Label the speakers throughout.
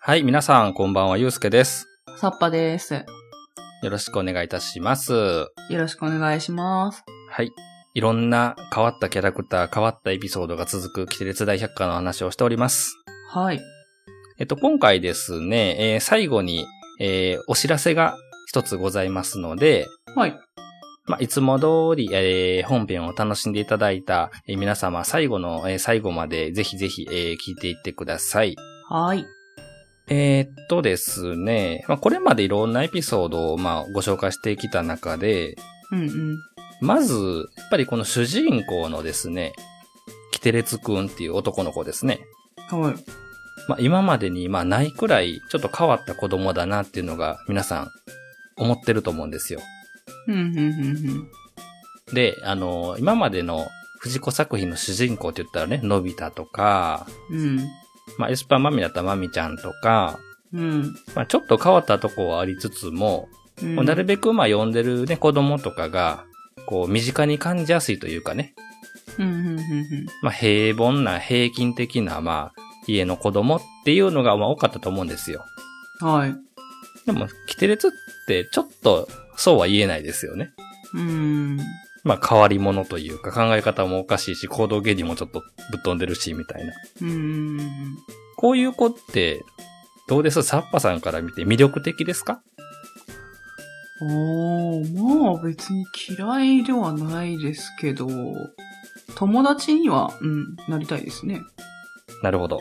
Speaker 1: はい、皆さん、こんばんは、ゆうすけです。
Speaker 2: サッパです。
Speaker 1: よろしくお願いいたします。
Speaker 2: よろしくお願いします。
Speaker 1: はい。いろんな変わったキャラクター、変わったエピソードが続く、キテレツ大百科の話をしております。
Speaker 2: はい。
Speaker 1: えっと、今回ですね、えー最後に、えーお知らせが一つございますので、
Speaker 2: はい。
Speaker 1: まあ、いつも通り、えー本編を楽しんでいただいた、えー皆様、最後の、えー最後まで、ぜひぜひ、えー聞いていってください。
Speaker 2: はい。
Speaker 1: えーっとですね、まあ、これまでいろんなエピソードを、まあ、ご紹介してきた中で、
Speaker 2: うんうん。
Speaker 1: まず、やっぱりこの主人公のですね、キテレツくんっていう男の子ですね。
Speaker 2: はい。
Speaker 1: まあ、今までに、まあ、ないくらい、ちょっと変わった子供だなっていうのが、皆さん、思ってると思うんですよ。
Speaker 2: うんうんうん
Speaker 1: で、あの、今までの藤子作品の主人公って言ったらね、のび太とか、
Speaker 2: うん。
Speaker 1: まあ、エスパーマミだったらマミちゃんとか、
Speaker 2: うん。
Speaker 1: まあ、ちょっと変わったとこはありつつも、
Speaker 2: うん。
Speaker 1: なるべくまあ、読んでるね、子供とかが、こう、身近に感じやすいというかね、
Speaker 2: うんうんうん
Speaker 1: まあ、平凡な平均的な、まあ、家の子供っていうのが、まあ、多かったと思うんですよ。
Speaker 2: うん。はい。
Speaker 1: でも、キテレツって、ちょっと、そうは言えないですよね。
Speaker 2: うん。
Speaker 1: まあ、変わり者というか、考え方もおかしいし、行動原理もちょっとぶっ飛んでるし、みたいな。
Speaker 2: うんうんうん。
Speaker 1: こういう子って、どうですサッパさんから見て魅力的ですか
Speaker 2: おー、まあ別に嫌いではないですけど、友達には、うん、なりたいですね。
Speaker 1: なるほど。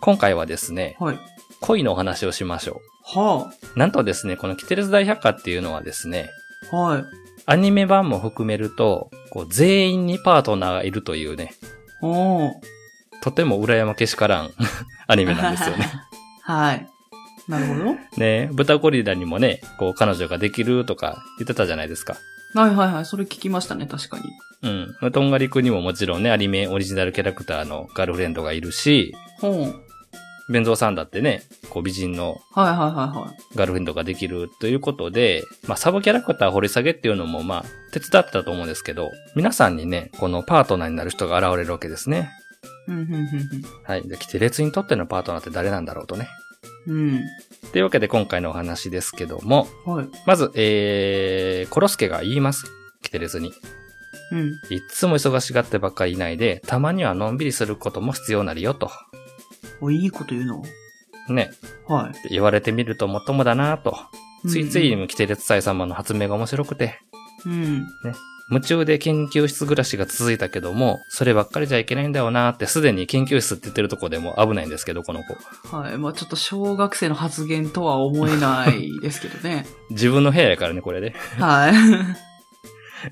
Speaker 1: 今回はですね、
Speaker 2: はい。
Speaker 1: 恋のお話をしましょ
Speaker 2: は
Speaker 1: う。なんとですね、このキテレツ大百科っていうのはですね、
Speaker 2: あ。はい。
Speaker 1: アニメ版も含めると、こう全員にパートナーがいるというね、
Speaker 2: おー。
Speaker 1: とても羨まけしからん アニメなんです よね。。
Speaker 2: はい。なるほど。
Speaker 1: ね豚ゴリラにもね、こう彼女ができるとか言ってたじゃないですか。
Speaker 2: はいはいはい。それ聞きましたね、確かに。
Speaker 1: うん。とんがりくんにももちろんね、アニメオリジナルキャラクターのガールフレンドがいるし、
Speaker 2: ほう。はい
Speaker 1: 弁蔵さんだってね、こう美人の
Speaker 2: はいはいはい。
Speaker 1: ガールフレンドができるということで、まあサブキャラクター掘り下げっていうのもまあ手伝ってたと思うんですけど、皆さんにね、このパートナーになる人が現れるわけですね。
Speaker 2: うん、うん、
Speaker 1: はい。じゃあ、キテレツにとってのパートナーって誰なんだろうとね。
Speaker 2: うん、
Speaker 1: というわけで今回のお話ですけども、
Speaker 2: うん。はい。
Speaker 1: まず、えー、コロスケが言います。キテレツに。
Speaker 2: うん。
Speaker 1: いっつも忙しがってばっかりいないで、たまにはのんびりすることも必要なりよと。
Speaker 2: お、いいこと言うの
Speaker 1: ね。
Speaker 2: は
Speaker 1: 言われてみるともっともだなと。
Speaker 2: い。
Speaker 1: ついつい、キテレツ祭様の発明が面白くて、
Speaker 2: うん。
Speaker 1: 夢中で研究室暮らしが続いたけども、そればっかりじゃいけないんだよなって、すでに研究室って言ってるとこでも危ないんですけど、この子。
Speaker 2: はい。まあちょっと小学生の発言とは思えないですけど ね。
Speaker 1: 自分の部屋やからね、これで。
Speaker 2: はい。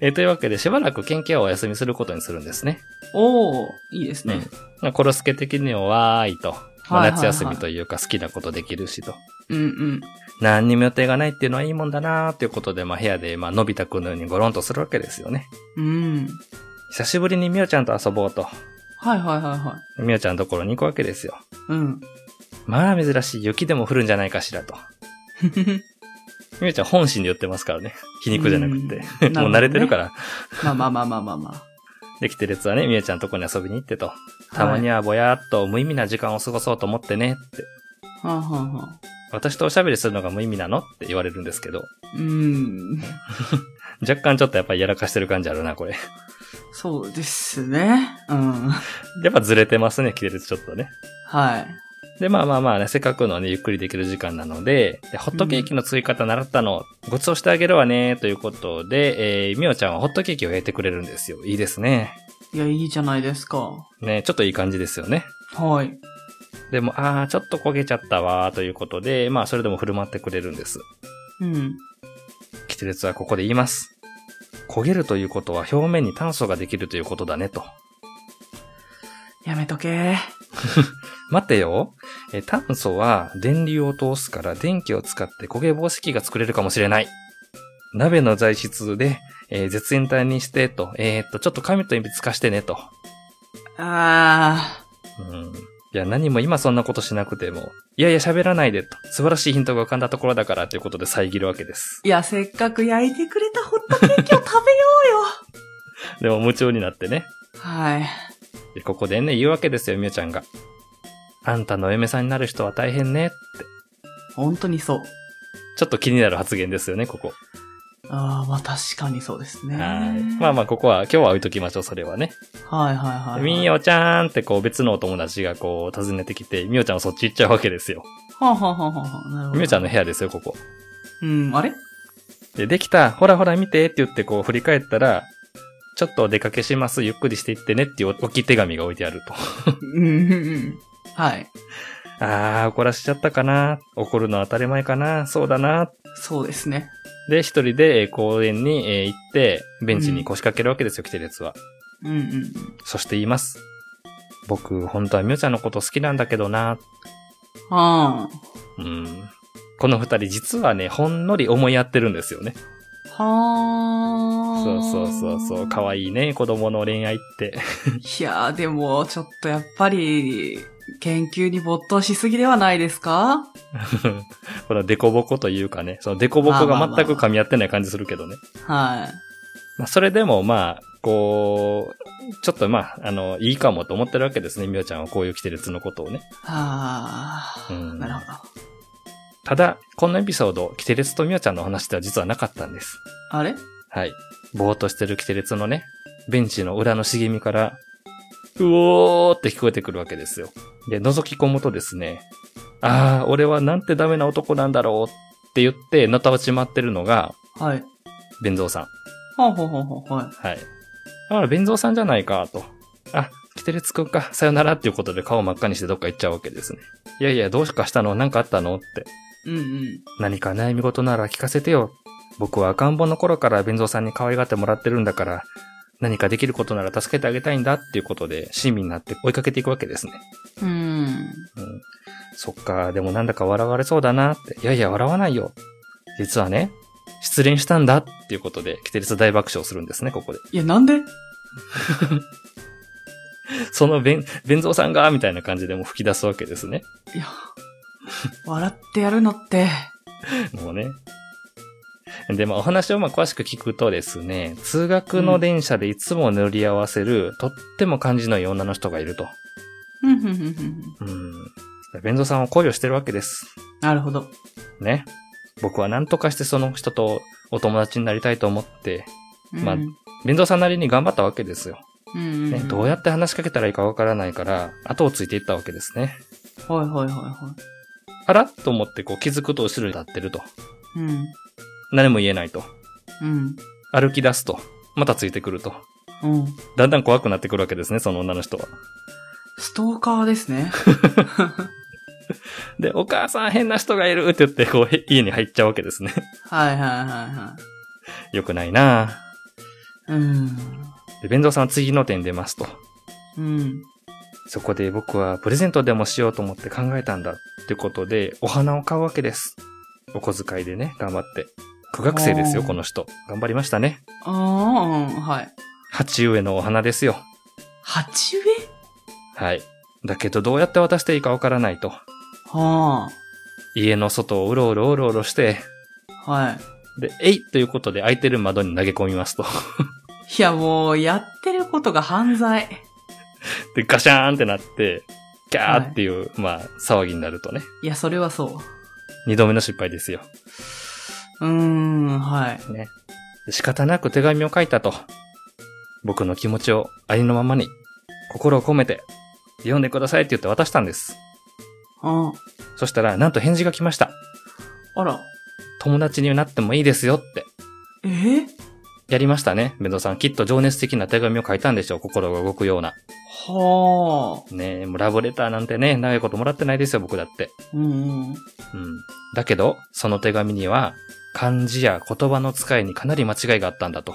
Speaker 1: えーというわけで、しばらく研究はお休みすることにするんですね。
Speaker 2: おー、いいですね。
Speaker 1: まあコロスケ的にはわーいと。まあ
Speaker 2: はいはいはい
Speaker 1: 夏休みというか好きなことできるしと。
Speaker 2: うん、うん、
Speaker 1: 何にも予定がないっていうのはいいもんだなーっていうことで、まあ部屋で、まあのび太くんのようにゴロンとするわけですよね。
Speaker 2: うん。
Speaker 1: 久しぶりにみおちゃんと遊ぼうと。
Speaker 2: はいはいはいはい。
Speaker 1: みおちゃんのところに行くわけですよ。
Speaker 2: うん。
Speaker 1: まあ珍しい雪でも降るんじゃないかしらと。みおちゃん本心で言ってますからね。皮肉じゃなくて。
Speaker 2: う ん
Speaker 1: もう慣れてるから。
Speaker 2: まあまあまあまあ まあまあ。
Speaker 1: できてるやつはね、みおちゃんのとこに遊びに行ってと。たまに
Speaker 2: は
Speaker 1: はぼやーっと無意味な時間を過ごそうと思ってねって。
Speaker 2: い。はあ、はあは
Speaker 1: 私とおしゃべりするのが無意味なのって言われるんですけど。
Speaker 2: あ、うん。
Speaker 1: 若干ちょっとやっぱりやらかしてる感じあるな、これ。
Speaker 2: そうですね。うん。
Speaker 1: やっぱずれてますね、キテレツちょっとね。
Speaker 2: はい。
Speaker 1: で、まあまあまあね、せっかくのね、ゆっくりできる時間なので、でホットケーキの追加と習ったの、ごちそうしてあげるわね、ということで、えー、みおちゃんはホットケーキを焼いてくれるんですよ。いいですね。
Speaker 2: いや、いいじゃないですか。
Speaker 1: ね、ちょっといい感じですよね。
Speaker 2: はい。
Speaker 1: でも、あー、ちょっと焦げちゃったわ、ということで、まあ、それでも振る舞ってくれるんです。
Speaker 2: うん。
Speaker 1: キテレツはここで言います。焦げるということは表面に炭素ができるということだね、と。
Speaker 2: やめとけ。
Speaker 1: 待てよ。えー、炭素は電流を通すから電気を使って焦げ防止器が作れるかもしれない。鍋の材質で、えー絶縁体にして、と。えーっと、ちょっと紙と鉛筆貸してね、と。
Speaker 2: ああ。
Speaker 1: うん。いや、何も今そんなことしなくても。いやいや、喋らないで、と。素晴らしいヒントが浮かんだところだから、ということで遮るわけです。
Speaker 2: いや、せっかく焼いてくれたホットケーキを食べよ
Speaker 1: でも夢中になってね。
Speaker 2: う。はい。
Speaker 1: でここでね、言うわけですよ、みおちゃんが。あんたのお嫁さんになる人は大変ね。
Speaker 2: 本当にそう。
Speaker 1: ちょっと気になる発言ですよね、ここ。
Speaker 2: ああ、まあ確かにそうですね。
Speaker 1: はい。まあまあ、ここは、今日は置いときましょう、それはね。
Speaker 2: はいはいはいはい。
Speaker 1: みーよちゃんってこう別のお友達がこう訪ねてきて、みよちゃんはそっち行っちゃうわけですよ。
Speaker 2: はあ、はあはあはあ、なるほど。
Speaker 1: みよちゃんの部屋ですよ、ここ。
Speaker 2: うん、あれ
Speaker 1: で、できたほらほら見てって言ってこう振り返ったら、ちょっとお出かけします、ゆっくりしていってねっていう置き手紙が置いてあると。
Speaker 2: うんうんうん。はい。
Speaker 1: あー、怒らしちゃったかな怒るのは当たり前かなそうだな
Speaker 2: そうですね。
Speaker 1: で、一人でえー公園にえー行って、ベンチに腰掛けるわけですよ、来てるやつは。
Speaker 2: うんうんうん。
Speaker 1: そして言います。僕、本当はみよちゃんのこと好きなんだけどな
Speaker 2: は
Speaker 1: うん。この二人実はね、ほんのり思いやってるんですよね。
Speaker 2: あ。はあ。
Speaker 1: そうそうそうそう。可愛いね、子供の恋愛って。
Speaker 2: いやー、でも、ちょっとやっぱり、研究に没頭しすぎではないですか
Speaker 1: このデコボコというかね、そのデコボコが全く噛み合ってない感じするけどね。
Speaker 2: は
Speaker 1: まあ、それでもまあ、こう、ちょっとまあ、あの、いいかもと思ってるわけですね、みおちゃんはこういう来てるつのことをね。
Speaker 2: い。はあ。
Speaker 1: うん
Speaker 2: なるほど。
Speaker 1: ただ、このエピソード、キテレツとみおちゃんの話では実はなかったんです。
Speaker 2: あれ
Speaker 1: はい。ぼーっとしてるキテレツのね、ベンチの裏の茂みから、うおーって聞こえてくるわけですよ。で、覗き込むとですね、あー、俺はなんてダメな男なんだろうって言って、なた落ちまってるのが、
Speaker 2: はい。
Speaker 1: ベンゾーさん。
Speaker 2: はあはあはあはあ、はい。
Speaker 1: はい。あら、ベンゾーさんじゃないか、と。あ、キテレツくんか、さよならっていうことで顔真っ赤にしてどっか行っちゃうわけですね。いやいや、どうかしたのなんかあったのって。
Speaker 2: うんうん。
Speaker 1: 何か悩み事なら聞かせてよ。僕は赤ん坊の頃から弁蔵さんに可愛がってもらってるんだから、何かできることなら助けてあげたいんだっていうことで、親身になって追いかけていくわけですね。
Speaker 2: うん。
Speaker 1: うん。そっか、でもなんだか笑われそうだなって。いやいや、笑わないよ。実はね、失恋したんだっていうことで、キテレツ大爆笑するんですね、ここで。
Speaker 2: いや、なんで
Speaker 1: その弁、弁蔵さんが、みたいな感じでもう吹き出すわけですね。
Speaker 2: いや、笑ってやるのって。
Speaker 1: もうね。で、まあ、お話をまあ詳しく聞くとですね、通学の電車でいつも乗り合わせる、とっても感じのいい女の人がいると。
Speaker 2: ふんふんふんふん。
Speaker 1: うん。弁蔵さんを恋をしてるわけです。
Speaker 2: なるほど。
Speaker 1: ね。僕は何とかしてその人とお友達になりたいと思って、まあ
Speaker 2: うん
Speaker 1: 弁蔵さんなりに頑張ったわけですよ。
Speaker 2: うん
Speaker 1: ね、
Speaker 2: ん
Speaker 1: どうやって話しかけたらいいかわからないから、後をついていったわけですね。
Speaker 2: はいはいはいは
Speaker 1: あらと思ってこう気づくと後ろに立ってると。
Speaker 2: い。うん。
Speaker 1: 何も言えないと。
Speaker 2: うん。
Speaker 1: 歩き出すと。またついてくると。
Speaker 2: うん。
Speaker 1: だんだん怖くなってくるわけですね、その女の人は。
Speaker 2: ストーカーですね。
Speaker 1: で、お母さん変な人がいるって言って、こう、へ家に入っちゃうわけですね。
Speaker 2: はいはいはいは。
Speaker 1: よくないない
Speaker 2: うん。
Speaker 1: ぁで、弁当さんは次の点出ますと。
Speaker 2: うん。
Speaker 1: そこで僕はプレゼントでもしようと思って考えたんだってことで、お花を買うわけです。お小遣いでね、頑張って。苦学生ですよ、
Speaker 2: おー
Speaker 1: この人。頑張りましたね。
Speaker 2: ああ、うんはい。
Speaker 1: 鉢植えのお花ですよ。
Speaker 2: 鉢植え
Speaker 1: はい。だけど、どうやって渡していいかわからないと。
Speaker 2: は
Speaker 1: 家の外をうろうろうろうろして、
Speaker 2: あ。はい。
Speaker 1: で、えいということで開いてる窓に投げ込みますと。
Speaker 2: いや、もう、やってることが犯罪。
Speaker 1: で、ガシャーンってなって、キャーっていう、まあ、騒ぎになるとね。
Speaker 2: いや、それはそ
Speaker 1: 二度目の失敗ですよ。
Speaker 2: う。うーん、はい。
Speaker 1: ね。で仕方なく手紙を書いたと。僕の気持ちをありのままに、心を込めて、読んでくださいって言って渡したんです。
Speaker 2: あ
Speaker 1: そしたら、なんと返事が来ました。
Speaker 2: あら。
Speaker 1: 友達になってもいいですよって。
Speaker 2: えー
Speaker 1: やりましたね。メドさん、きっと情熱的な手紙を書いたんでしょう。心が動くような。
Speaker 2: はあ。
Speaker 1: ねえ、もうラブレターなんてね、長いこともらってないですよ、僕だって。
Speaker 2: うんうん。
Speaker 1: うん。だけど、その手紙には、漢字や言葉の使いにかなり間違いがあったんだと。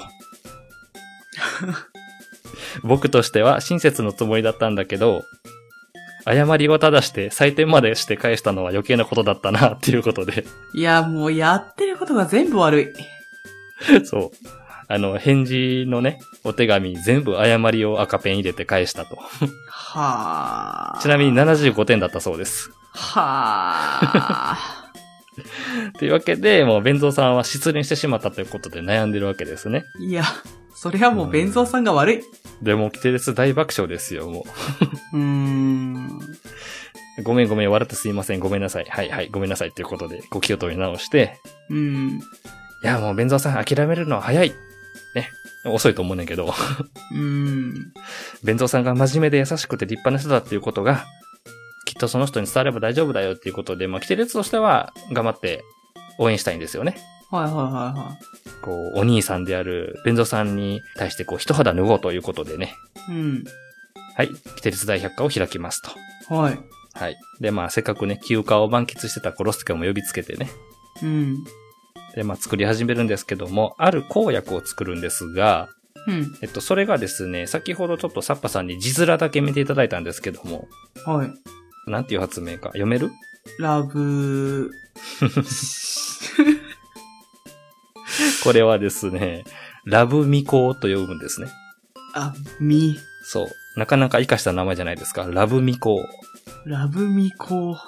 Speaker 1: 僕としては親切のつもりだったんだけど、誤りを正して採点までして返したのは余計なことだったな、っていうことで。
Speaker 2: いや、もう、やってることが全部悪い。
Speaker 1: そう。あの、返事のね、お手紙全部誤りを赤ペン入れて返したと。
Speaker 2: はあ。
Speaker 1: ちなみに75点だったそうです。
Speaker 2: はあ。
Speaker 1: というわけで、もう、弁蔵さんは失恋してしまったということで悩んでるわけですね。
Speaker 2: いや、それはもう、弁蔵さんが悪い。う
Speaker 1: でも、キテレツ大爆笑ですよ、もう。
Speaker 2: ーん。
Speaker 1: ごめんごめん、笑ってすいません、ごめんなさい。はいはい、ごめんなさい。ということで、こう気を取り直して、
Speaker 2: うん。
Speaker 1: いや、もう、弁蔵さん諦めるのは早い。ね。遅いと思うねんけど、
Speaker 2: うん。
Speaker 1: 弁蔵さんが真面目で優しくて立派な人だっていうことが、きっとその人に伝われば大丈夫だよっていうことで、まあ、来てるやつとしては、頑張って応援したいんですよね。
Speaker 2: はいはいは
Speaker 1: こう、お兄さんである弁蔵さんに対して、こう、一肌脱ごうということでね。
Speaker 2: いはい。うん。
Speaker 1: はい。キテレツ大百科を開きますと。
Speaker 2: はい。
Speaker 1: はい。で、まあ、せっかくね、休暇を満喫してたコロスケも呼びつけてね。
Speaker 2: うん。
Speaker 1: で、まあ、作り始めるんですけども、ある公約を作るんですが、
Speaker 2: うん。
Speaker 1: えっと、それがですね、先ほどちょっとサッパさんに字面だけ見ていただいたんですけども、
Speaker 2: はい。
Speaker 1: なんていう発明か、読める
Speaker 2: ラブ
Speaker 1: これはですね、ラブミコと呼ぶんですね。
Speaker 2: あ、み、
Speaker 1: そう。なかなか活かした名前じゃないですか。ラブミコ
Speaker 2: ラブミコ。は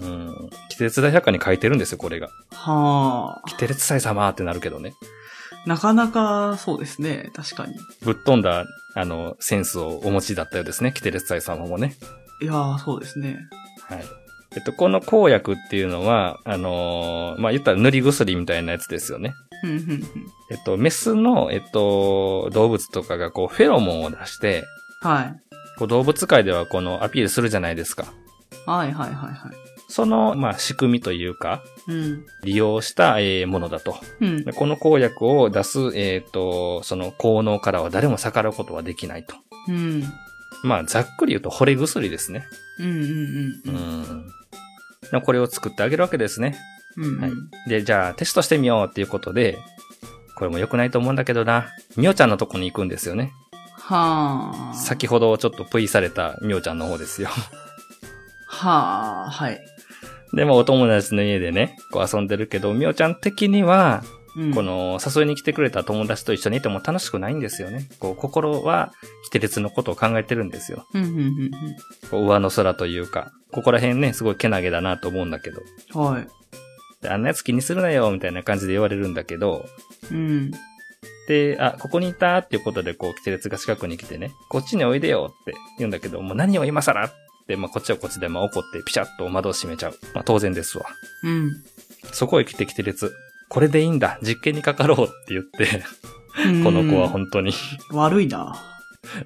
Speaker 1: うん。季節大百科に書いてるんですよ、これが。
Speaker 2: あ。
Speaker 1: 季節祭様ってなるけどね。
Speaker 2: なかなかそうですね。確かに。
Speaker 1: ぶっ飛んだ、あの、センスをお持ちだったようですね。キテレツ祭様もね。
Speaker 2: いやー、そうですね。
Speaker 1: はい。えっと、この公約っていうのは、あのーまあ、言ったら塗り薬みたいなやつですよね。
Speaker 2: ふんふんふん。
Speaker 1: えっと、メスの、えっと、動物とかがこう、フェロモンを出して、
Speaker 2: はい。
Speaker 1: こう動物界ではこのアピールするじゃないですか。
Speaker 2: はいはいはいは
Speaker 1: その、まあ、仕組みというか、
Speaker 2: い。うん。
Speaker 1: 利用した、えーものだと。
Speaker 2: うん
Speaker 1: で。この公約を出す、えっ、と、その効能からは誰も逆らうことはできないと。
Speaker 2: うん。
Speaker 1: まあ、ざっくり言うと、惚れ薬ですね。
Speaker 2: うんうん
Speaker 1: う
Speaker 2: うんうん。
Speaker 1: ん。でこれを作ってあげるわけですね。
Speaker 2: うん
Speaker 1: はいで、じゃあテストしてみようっていうことで、これも良くないと思うんだけどな。みおちゃんのとこに行くんですよね。
Speaker 2: はあ。
Speaker 1: 先ほどちょっとプイされたみおちゃんの方ですよ。
Speaker 2: はあ、はい。
Speaker 1: で、まあお友達の家でね、こう遊んでるけど、みおちゃん的には、
Speaker 2: うん
Speaker 1: こ、の誘いに来てくれた友達と一緒にいても楽しくないんですよね。こう心は、キテレツのことを考えてるんですよ。
Speaker 2: うんうんうん
Speaker 1: こう上の空というか、ここら辺ね、すごいけなげだなと思うんだけど。
Speaker 2: うん。はい。
Speaker 1: であんなやつ気にするなよ、みたいな感じで言われるんだけど、
Speaker 2: うん。
Speaker 1: で、あ、ここにいたっていうことで、こう、キテレツが近くに来てね、こっちにおいでよって言うんだけど、もう何を今更って、まあ、こっちはこっちで、まあ、怒って、ピシャッと窓を閉めちゃう。まあ、当然ですわ。
Speaker 2: うん。
Speaker 1: そこへ来てキテレツ、これでいいんだ、実験にかかろうって言って、この子は本当に。
Speaker 2: うん悪いな。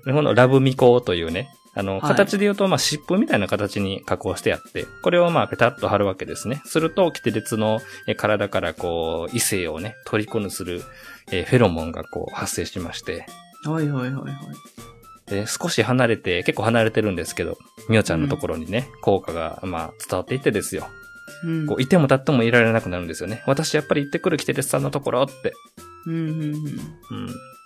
Speaker 1: でこのラブミコというね、あの、
Speaker 2: はい
Speaker 1: 形で言うと、まあ、湿布みたいな形に加工してあって、これをまあ、ペタッと貼るわけですね。すると、キテレツのえ体から、こう、異性をね、取り込むする、えーフェロモンがこう、発生しまして、
Speaker 2: はいはいはいはい。
Speaker 1: で、少し離れて、結構離れてるんですけど、みおちゃんのところにね、効果が、まあ、伝わっていってですよ。
Speaker 2: うん。
Speaker 1: こう、いても立ってもいられなくなるんですよね。私、やっぱり行ってくるキテレスさんのところって。
Speaker 2: うんうんうん。
Speaker 1: うん。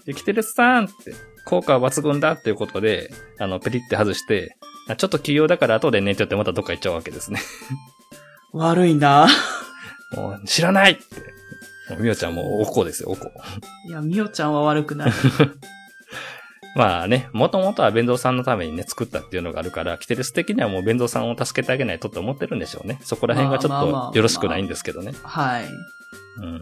Speaker 1: で、キテレスさんって、効果は抜群だっていうことで、あの、ペリって外して、あちょっと休養だから後でね、ちょってまたどっか行っちゃうわけですね。
Speaker 2: 悪いな。
Speaker 1: もう、知らないって。もうみおちゃんもうおこですよ、おこ。
Speaker 2: いや、みおちゃんは悪くない。
Speaker 1: まあね、もともとは弁蔵さんのためにね、作ったっていうのがあるから、キテレス的にはもう弁蔵さんを助けてあげないとって思ってるんでしょうね。そこら辺がちょ
Speaker 2: まあまあまあま
Speaker 1: っ
Speaker 2: あ
Speaker 1: とよろしくないんですけどね。
Speaker 2: はい。
Speaker 1: うん。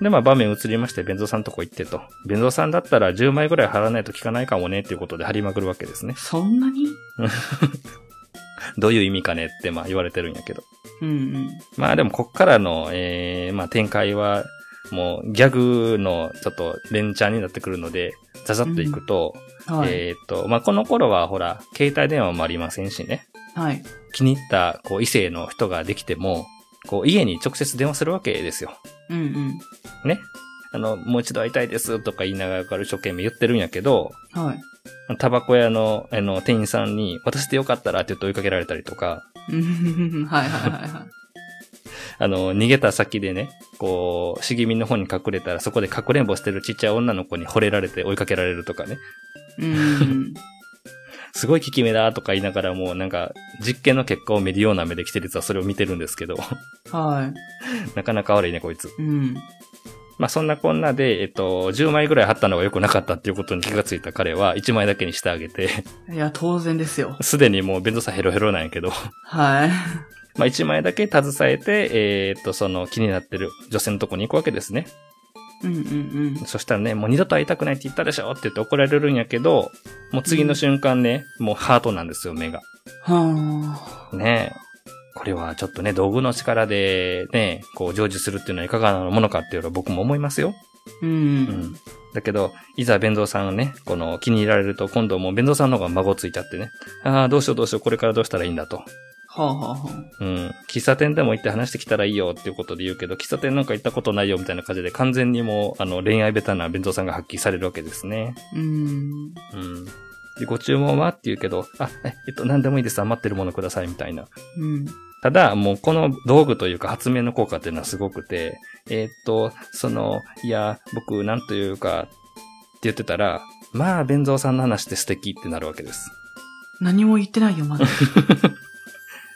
Speaker 1: で、まあ場面移りまして、弁蔵さんとこ行ってと。弁蔵さんだったら10枚ぐらい貼らないと効かないかもねっていうことで貼りまくるわけ ですね。
Speaker 2: そんなに
Speaker 1: どういう意味かねってまあ言われてるんやけど。
Speaker 2: うんうん。
Speaker 1: まあでもこっからの、えー、まあ展開は、もうギャグのちょっと連チャンになってくるので、ざざっといくと、
Speaker 2: はい。
Speaker 1: えーっと、まあこの頃はほら、携帯電話もありませんしね。
Speaker 2: はい。
Speaker 1: 気に入った、こう、異性の人ができても、こう、家に直接電話するわけですよ。
Speaker 2: うんうん。
Speaker 1: ね。あの、もう一度会いたいですとか言いながら一生懸命言ってるんやけど、
Speaker 2: はい。
Speaker 1: タバコ屋の、あの、店員さんに、私でよかったらって言って追いかけられたりとか、
Speaker 2: うんうんはいはいはいはい。
Speaker 1: あの、逃げた先でね、こう、茂みの方に隠れたら、そこでかくれんぼしてるちっちゃい女の子に惚れられて追いかけられるとかね、
Speaker 2: うん。
Speaker 1: すごい効き目だとか言いながらもうなんか、実験の結果を見るような目で来てるやつはそれを見てるんですけど、
Speaker 2: は
Speaker 1: なかなか悪いね、こいつ。
Speaker 2: い。うん。
Speaker 1: まあそんなこんなで、えっと、10枚ぐらい貼ったのが良くなかったっていうことに気がついた彼は1枚だけにしてあげて、
Speaker 2: いや、当然ですよ。
Speaker 1: すでにもうベンゾさんヘロヘロなんやけど、
Speaker 2: はい。
Speaker 1: まあ1枚だけ携えて、えーっと、その気になってる女性のとこに行くわけですね。
Speaker 2: うんうんうん。
Speaker 1: そしたらね、もう二度と会いたくないって言ったでしょって言って怒られるんやけど、もう次の瞬間ね、もうハートなんですよ、目が。
Speaker 2: はあ。
Speaker 1: ねえ。これはちょっとね、道具の力でね、こう、成就するっていうのはいかがなものかっていうのは僕も思いますよ。
Speaker 2: う
Speaker 1: うんん。。だけど、いざ弁蔵さんをね、この気に入られると今度もう弁蔵さんの方が孫ついちゃってね、ああ、どうしようどうしよう、これからどうしたらいいんだと。
Speaker 2: はあはあはあ。
Speaker 1: うん。喫茶店でも行って話してきたらいいよっていうことで言うけど、喫茶店なんか行ったことないよみたいな感じで完全にもう、あの、恋愛ベタな弁蔵さんが発揮されるわけですね。
Speaker 2: うん。
Speaker 1: うん。で、ご注文はって言うけど、あ、ええっと、何でもいいです。余ってるものくださいみたいな。
Speaker 2: うん。
Speaker 1: ただ、もうこの道具というか発明の効果っていうのはすごくて、えーっと、その、いや、僕、なんというか、って言ってたら、まあ、弁蔵さんの話って素敵ってなるわけです。
Speaker 2: 何も言ってないよ、 まだ。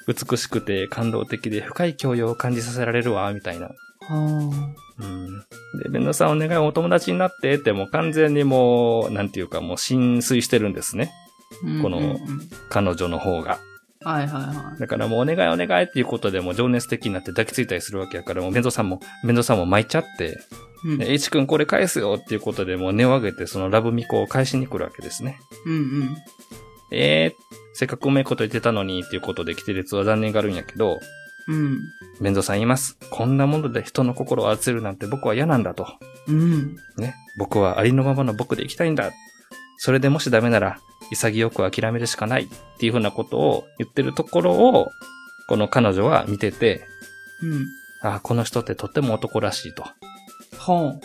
Speaker 1: 美しくて感動的で深い教養を感じさせられるわ、みたいな。
Speaker 2: は
Speaker 1: うん。で、弁蔵さんお願いお友達になってってもう完全にもう、なんていうかもう浸水してるんですね。
Speaker 2: あ。うん
Speaker 1: この
Speaker 2: うんうん
Speaker 1: 彼女の方が。
Speaker 2: はいはいはい。
Speaker 1: だからもうお願いお願いっていうことでもう情熱的になって抱きついたりするわけやから、もう弁蔵さんも、弁蔵さんも巻いちゃって、
Speaker 2: うん。
Speaker 1: え、いちくんこれ返すよっていうことでもう根を上げてそのラブミコを返しに来るわけですね。
Speaker 2: うんうん。
Speaker 1: えー、せっかくうめえこと言ってたのにっていうことで来てるやつは残念があるんやけど、
Speaker 2: うん。
Speaker 1: 面倒さん言います。こんなもので人の心を集めるなんて僕は嫌なんだと。
Speaker 2: うん。
Speaker 1: ね。僕はありのままの僕で生きたいんだ。それでもしダメなら、潔く諦めるしかないっていうふうなことを言ってるところを、この彼女は見てて、
Speaker 2: うん。
Speaker 1: あ、この人ってとっても男らしいと。
Speaker 2: は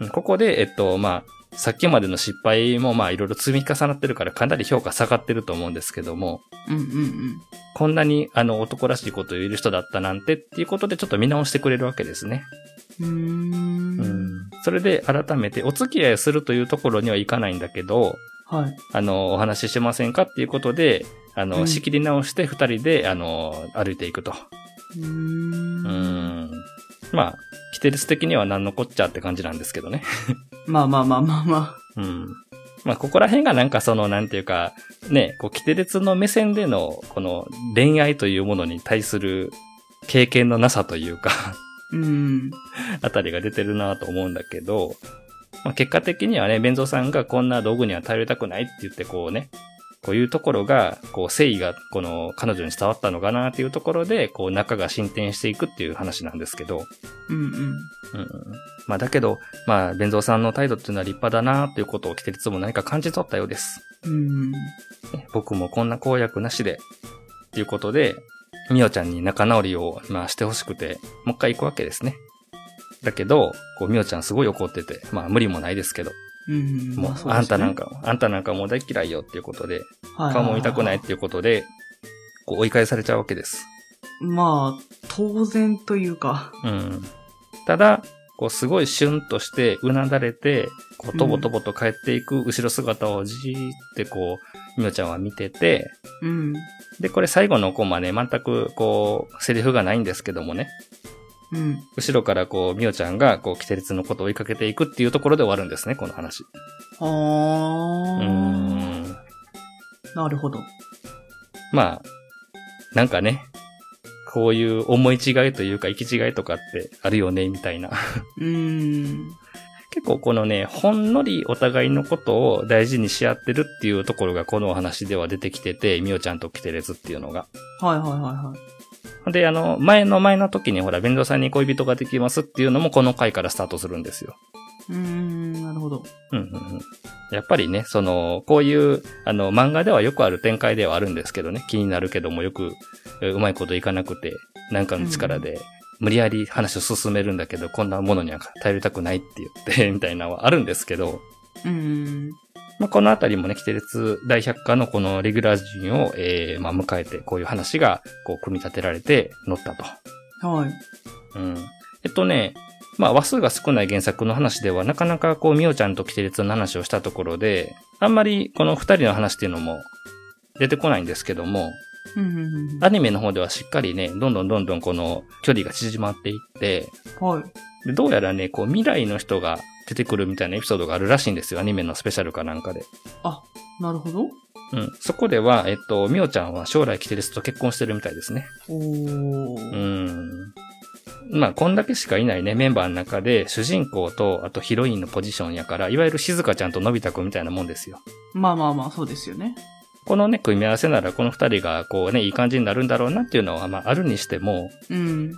Speaker 1: うんここで、えっと、まあ、さっきまでの失敗もまあいろいろ積み重なってるからかなり評価下がってると思うんですけども、
Speaker 2: あ。うんうん
Speaker 1: こんなにあの男らしいことを言える人だったなんてっていうことでちょっと見直してくれるわけですね。
Speaker 2: うん。うーん。
Speaker 1: それで改めてお付き合いするというところにはいかないんだけど、
Speaker 2: はい。
Speaker 1: あの、お話ししませんかっていうことで、あ
Speaker 2: う
Speaker 1: の、
Speaker 2: ん
Speaker 1: 仕切り直して二人で、あの、歩いていくと。
Speaker 2: うー。
Speaker 1: うんん。まあ、規定率的には何のこっちゃって感じなんですけどね。
Speaker 2: まあまあまあまあま
Speaker 1: う
Speaker 2: あ。
Speaker 1: ん。まあ、ここら辺がなんかその、なんていうか、ね、こう、キテレツの目線での、この恋愛というものに対する経験のなさというか、
Speaker 2: うん。
Speaker 1: あたりが出てるなと思うんだけど、まあ、結果的にはね、弁蔵さんがこんな道具には頼りたくないって言ってこうね、こういうところが、こう、誠意が、この、彼女に伝わったのかなっていうところで、こう、仲が進展していくっていう話なんですけど、
Speaker 2: うんうん。
Speaker 1: うんまあ、だけど、まあ、弁蔵さんの態度っていうのは立派だなということをキテレツも何か感じ取ったようです。
Speaker 2: うん。
Speaker 1: ね僕もこんな公約なしで、っていうことで、みおちゃんに仲直りを、まあ、してほしくて、もう一回行くわけですね。だけど、こう、みおちゃんすごい怒ってて、まあ、無理もないですけど、
Speaker 2: うん。
Speaker 1: もう、
Speaker 2: まそ
Speaker 1: あ
Speaker 2: で
Speaker 1: ん
Speaker 2: すね
Speaker 1: たなん、か、あんたなんかもう大嫌いよっていうことで、
Speaker 2: はい
Speaker 1: 顔も見たくないっ。ていうことで、こう、追い返されちゃうわけです。
Speaker 2: まあ、当然というか。
Speaker 1: うん。ただ、こう、すごいシュンとして、うなだれて、こう、とぼとぼと帰っていく後ろ姿をじーって、こう、みおちゃんは見てて、
Speaker 2: うん。
Speaker 1: で、これ最後のコマね、全くこう、セリフがないんですけどもね、
Speaker 2: うん。
Speaker 1: 後ろからこう、みおちゃんがこう、キテレツのことを追いかけていくっていうところで終わるんですね、この話。うーん。
Speaker 2: はあ。なるほど。
Speaker 1: まあ、なんかね、こういう思い違いというか、行き違いとかってあるよね、みたいな。
Speaker 2: うん。
Speaker 1: 結構このね、ほんのりお互いのことを大事にし合ってるっていうところがこのお話では出てきてて、みおちゃんとキテレツっていうのが。
Speaker 2: はいはいはいはい。
Speaker 1: で、あの、前の前の時にほら、弁当さんに恋人ができますっていうのもこの回からスタートするんですよ。
Speaker 2: うーん、なるほど。
Speaker 1: うんうんうん。やっぱりね、その、こういう、あの、漫画ではよくある展開ではあるんですけどね、気になるけどもよく、えうまいこといかなくて、なんかの力で、無理やり話を進めるんだけど、こんなものには頼りたくないって言って、 みたいなのはあるんですけど、
Speaker 2: うん。
Speaker 1: まあ、このあたりもね、キテレツ大百科のこのレギュラー陣を、えーまあ、迎えて、こういう話が、こう、組み立てられて、乗ったと。
Speaker 2: はい。
Speaker 1: うん。えっとね、まあ話数が少ない原作の話では、なかなかこう、みおちゃんとキテレツの話をしたところで、あんまりこの二人の話っていうのも出てこないんですけども、
Speaker 2: うんうんうん。
Speaker 1: アニメの方ではしっかりね、どんどんどんどんこの距離が縮まっていって、
Speaker 2: はい。
Speaker 1: でどうやらね、こう未来の人が出てくるみたいなエピソードがあるらしいんですよ、アニメのスペシャルかなんかで。
Speaker 2: なるほど。
Speaker 1: うん。そこでは、えっと、みおちゃんは将来キテレツと結婚してるみたいですね。
Speaker 2: お
Speaker 1: う
Speaker 2: ー。
Speaker 1: ん。まあ、こんだけしかいないね、メンバーの中で、主人公と、あとヒロインのポジションやから、いわゆる静香ちゃんとのび太くんみたいなもんですよ。
Speaker 2: まあまあまあ、そうですよね。
Speaker 1: このね、組み合わせならこの二人がこうね、いい感じになるんだろうなっていうのは、まあ、あるにしても、
Speaker 2: うん。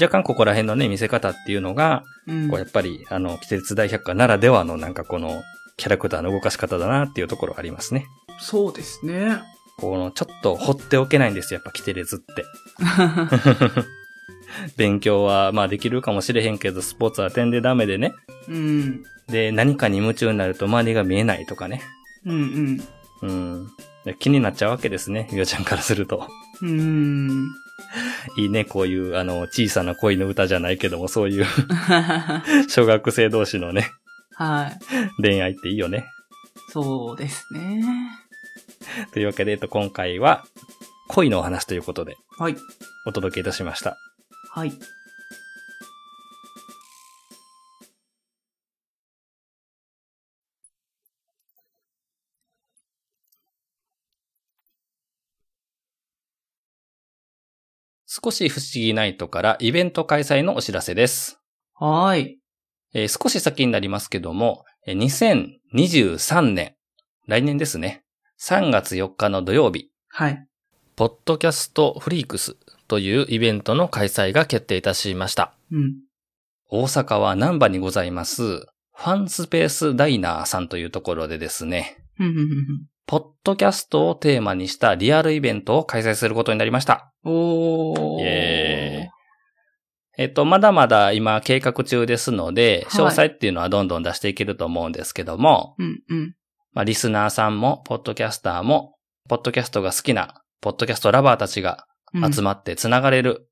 Speaker 1: 若干ここら辺のね、見せ方っていうのが、
Speaker 2: うん
Speaker 1: こうやっぱり、あの、季節大百科ならではのなんかこの、キャラクターの動かし方だなっていうところありますね。
Speaker 2: そうですね。
Speaker 1: この、ちょっと放っておけないんですよ、やっぱキテレツって。勉強は、まあできるかもしれへんけど、スポーツは点でダメでね。
Speaker 2: うん。
Speaker 1: で、何かに夢中になると周りが見えないとかね。
Speaker 2: うん
Speaker 1: うん。気になっちゃうわけですね、ゆうちゃんからすると。
Speaker 2: うん。うん。
Speaker 1: いいね、こういう、あの、小さな恋の歌じゃないけども、そう いう小学生同士のね、
Speaker 2: はい。
Speaker 1: 恋愛っていいよね。
Speaker 2: そうですね。
Speaker 1: というわけで、えっと、今回は、恋のお話ということで、
Speaker 2: はい。
Speaker 1: お届けいたしました。
Speaker 2: はい。
Speaker 1: 少し不思議ナイトからイベント開催のお知らせです。
Speaker 2: はい。
Speaker 1: えー少し先になりますけども、えー2023年、来年ですね、3月4日の土曜日、
Speaker 2: はい。
Speaker 1: ポッドキャストフリークスというイベントの開催が決定いたしました。
Speaker 2: うん。
Speaker 1: 大阪は南波にございます、ファンスペースダイナーさんというところでですね、
Speaker 2: ふんふんふんふん
Speaker 1: ポッドキャストをテーマにしたリアルイベントを開催することになりました。
Speaker 2: おー。
Speaker 1: イエーイえっと、まだまだ今計画中ですので、
Speaker 2: はい
Speaker 1: 詳細っていうのはどんどん出していけると思うんですけども、
Speaker 2: うんうん。
Speaker 1: まあ、リスナーさんも、ポッドキャスターも、ポッドキャストが好きな、ポッドキャストラバーたちが
Speaker 2: うん
Speaker 1: 集まってつながれる。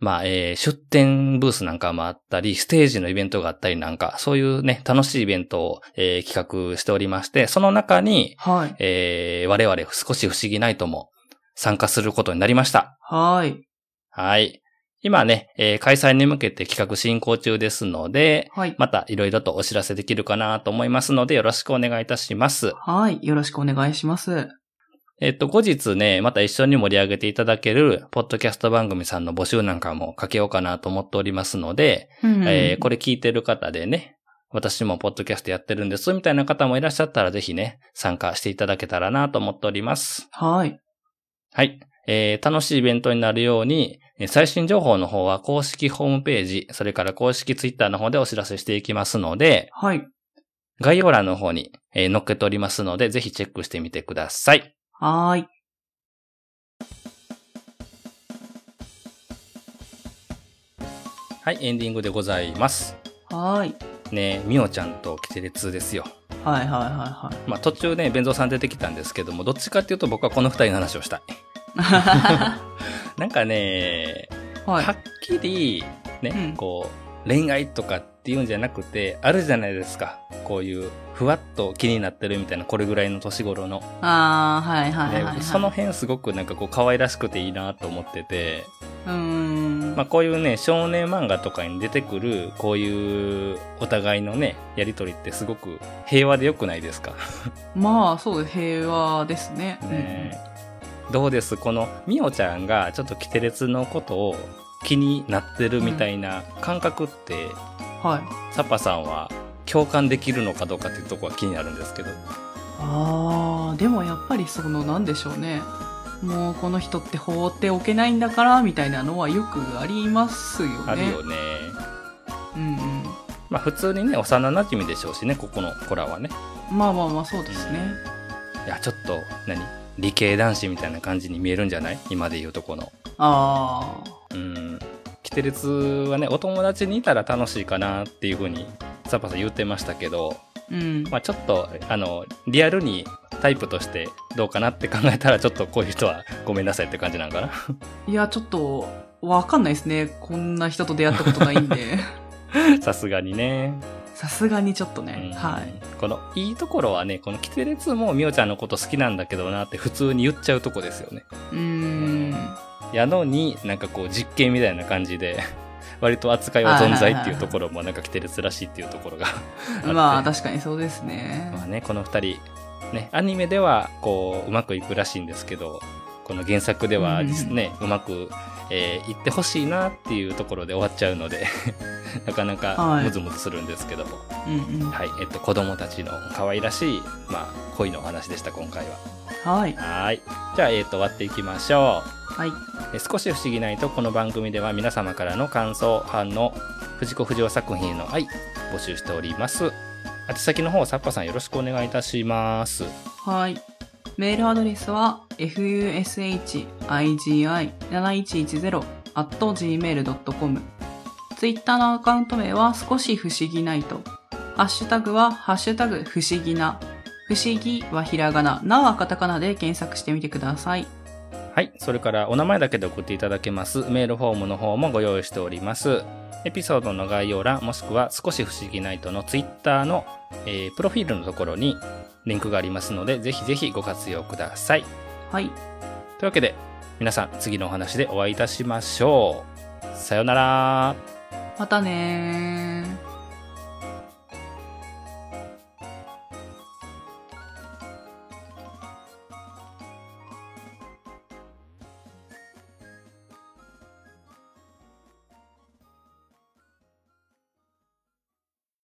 Speaker 1: まあ、えー出展ブースなんかもあったり、ステージのイベントがあったりなんか、そういうね、楽しいイベントを、えー企画しておりまして、その中に、
Speaker 2: はい。
Speaker 1: えー我々少し不思議ないとも参加することになりました。
Speaker 2: はい。
Speaker 1: はい。今ね、えー開催に向けて企画進行中ですので、
Speaker 2: はい。
Speaker 1: またいろいろとお知らせできるかなと思いますので、よろしくお願いいたします。
Speaker 2: はい。よろしくお願いします。
Speaker 1: えっと、後日ね、また一緒に盛り上げていただける、ポッドキャスト番組さんの募集なんかもかけようかなと思っておりますので、
Speaker 2: うん
Speaker 1: えーこれ聞いてる方でね、私もポッドキャストやってるんです、みたいな方もいらっしゃったら、ぜひね、参加していただけたらなと思っております。
Speaker 2: はい。
Speaker 1: はい。えー楽しいイベントになるように、えー最新情報の方は公式ホームページ、それから公式ツイッターの方でお知らせしていきますので、
Speaker 2: はい。
Speaker 1: 概要欄の方に、えー載っけておりますので、ぜひチェックしてみてください。
Speaker 2: はい。
Speaker 1: はい、エンディングでございます。
Speaker 2: はい。
Speaker 1: ねみおちゃんとキテレツですよ。
Speaker 2: はいはいは
Speaker 1: まあ途中ね、弁蔵さん出てきたんですけども、どっちかっていうと僕はこの二人の話をしたい。
Speaker 2: いは
Speaker 1: なんかね、
Speaker 2: い。は
Speaker 1: は
Speaker 2: い。
Speaker 1: っきり、ね、
Speaker 2: うん
Speaker 1: こう、恋愛とかっていうんじゃなくて、あるじゃないですか。こういう、ふわっと気になってるみたいな、これぐらいの年頃の。
Speaker 2: あー、はいはいはいはい。
Speaker 1: ね、その、辺すごくなんかこう、可愛らしくていいなと思ってて、
Speaker 2: うーん。
Speaker 1: まあこういうね、少年漫画とかに出てくる、こういう、お互いのね、やりとりってすごく平和で良くないですか。
Speaker 2: まあ、そうです。平和ですね。
Speaker 1: ねえどうですこのみおちゃんがちょっとキテレツのことを気になってるみたいな感覚って、
Speaker 2: うんはい。
Speaker 1: サッパさんは共感できるのかどうかっていうところは気になるんですけど
Speaker 2: あー、でもやっぱりその、なんでしょうね。もうこの人って放っておけないんだから、みたいなのはよくありますよね。
Speaker 1: あるよね
Speaker 2: うんうん。
Speaker 1: まあ普通にね幼なじみでしょうしねここの子らはね
Speaker 2: まあまあまあ、そうですね。
Speaker 1: いやちょっと何理系男子みたいな感じに見えるんじゃない今で言うとこの
Speaker 2: あ
Speaker 1: うんキテレツはねお友達にいたら楽しいかなっていうふうにサッパさん言ってましたけど
Speaker 2: ー。うん。
Speaker 1: まあ、ちょっとあのリアルにタイプとしてどうかなって考えたらちょっとこういう人はごめんなさいって感じなんかな
Speaker 2: いや、ちょっと、わかんないですね。こんな人と出会ったことないんで。
Speaker 1: さすがにね、
Speaker 2: さすがにちょっと
Speaker 1: うん
Speaker 2: ね。はい。
Speaker 1: このいいところはねこのキテレツもみおちゃんのこと好きなんだけどなって普通に言っちゃうとこですよね
Speaker 2: うーん。
Speaker 1: やのになんかこう実験みたいな感じで割と扱いは存在っていうところもなんかキテレツらしいっていうところがって
Speaker 2: まあ、確かにそうですね。
Speaker 1: まあねこの2人ねアニメではこううまくいくらしいんですけどこの原作ではですね、うまく、えーいってほしいなっていうところで終わっちゃうので なかなか
Speaker 2: はい
Speaker 1: ムズムズするんですけども、
Speaker 2: うんうん。は
Speaker 1: はいえっと、子供たちの可愛らしい、まあ、恋のお話でした今回は。
Speaker 2: い。はい。
Speaker 1: はい。じゃあ、えっ、と、終わっていきましょう。
Speaker 2: はい。
Speaker 1: え少し不思議ないとこの番組では皆様からの感想反応藤子不二雄作品への愛募集しております宛先の方サッパさんよろしくお願いいたします
Speaker 2: はい。メールアドレスは fushigi7110.gmail.com ツイッターのアカウント名は少し不思議ないと。ハッシュタグはハッシュタグ不思議な。不思議はひらがな、なはカタカナで検索してみてください。
Speaker 1: はいそれからお名前だけで送っていただけますメールフォームの方もご用意しておりますエピソードの概要欄もしくは少し不思議ないとのツイッターの、えープロフィールのところにリンクがありますのでぜひぜひご活用ください
Speaker 2: はい。
Speaker 1: というわけで皆さん次のお話でお会いいたしましょうさようなら
Speaker 2: またねー。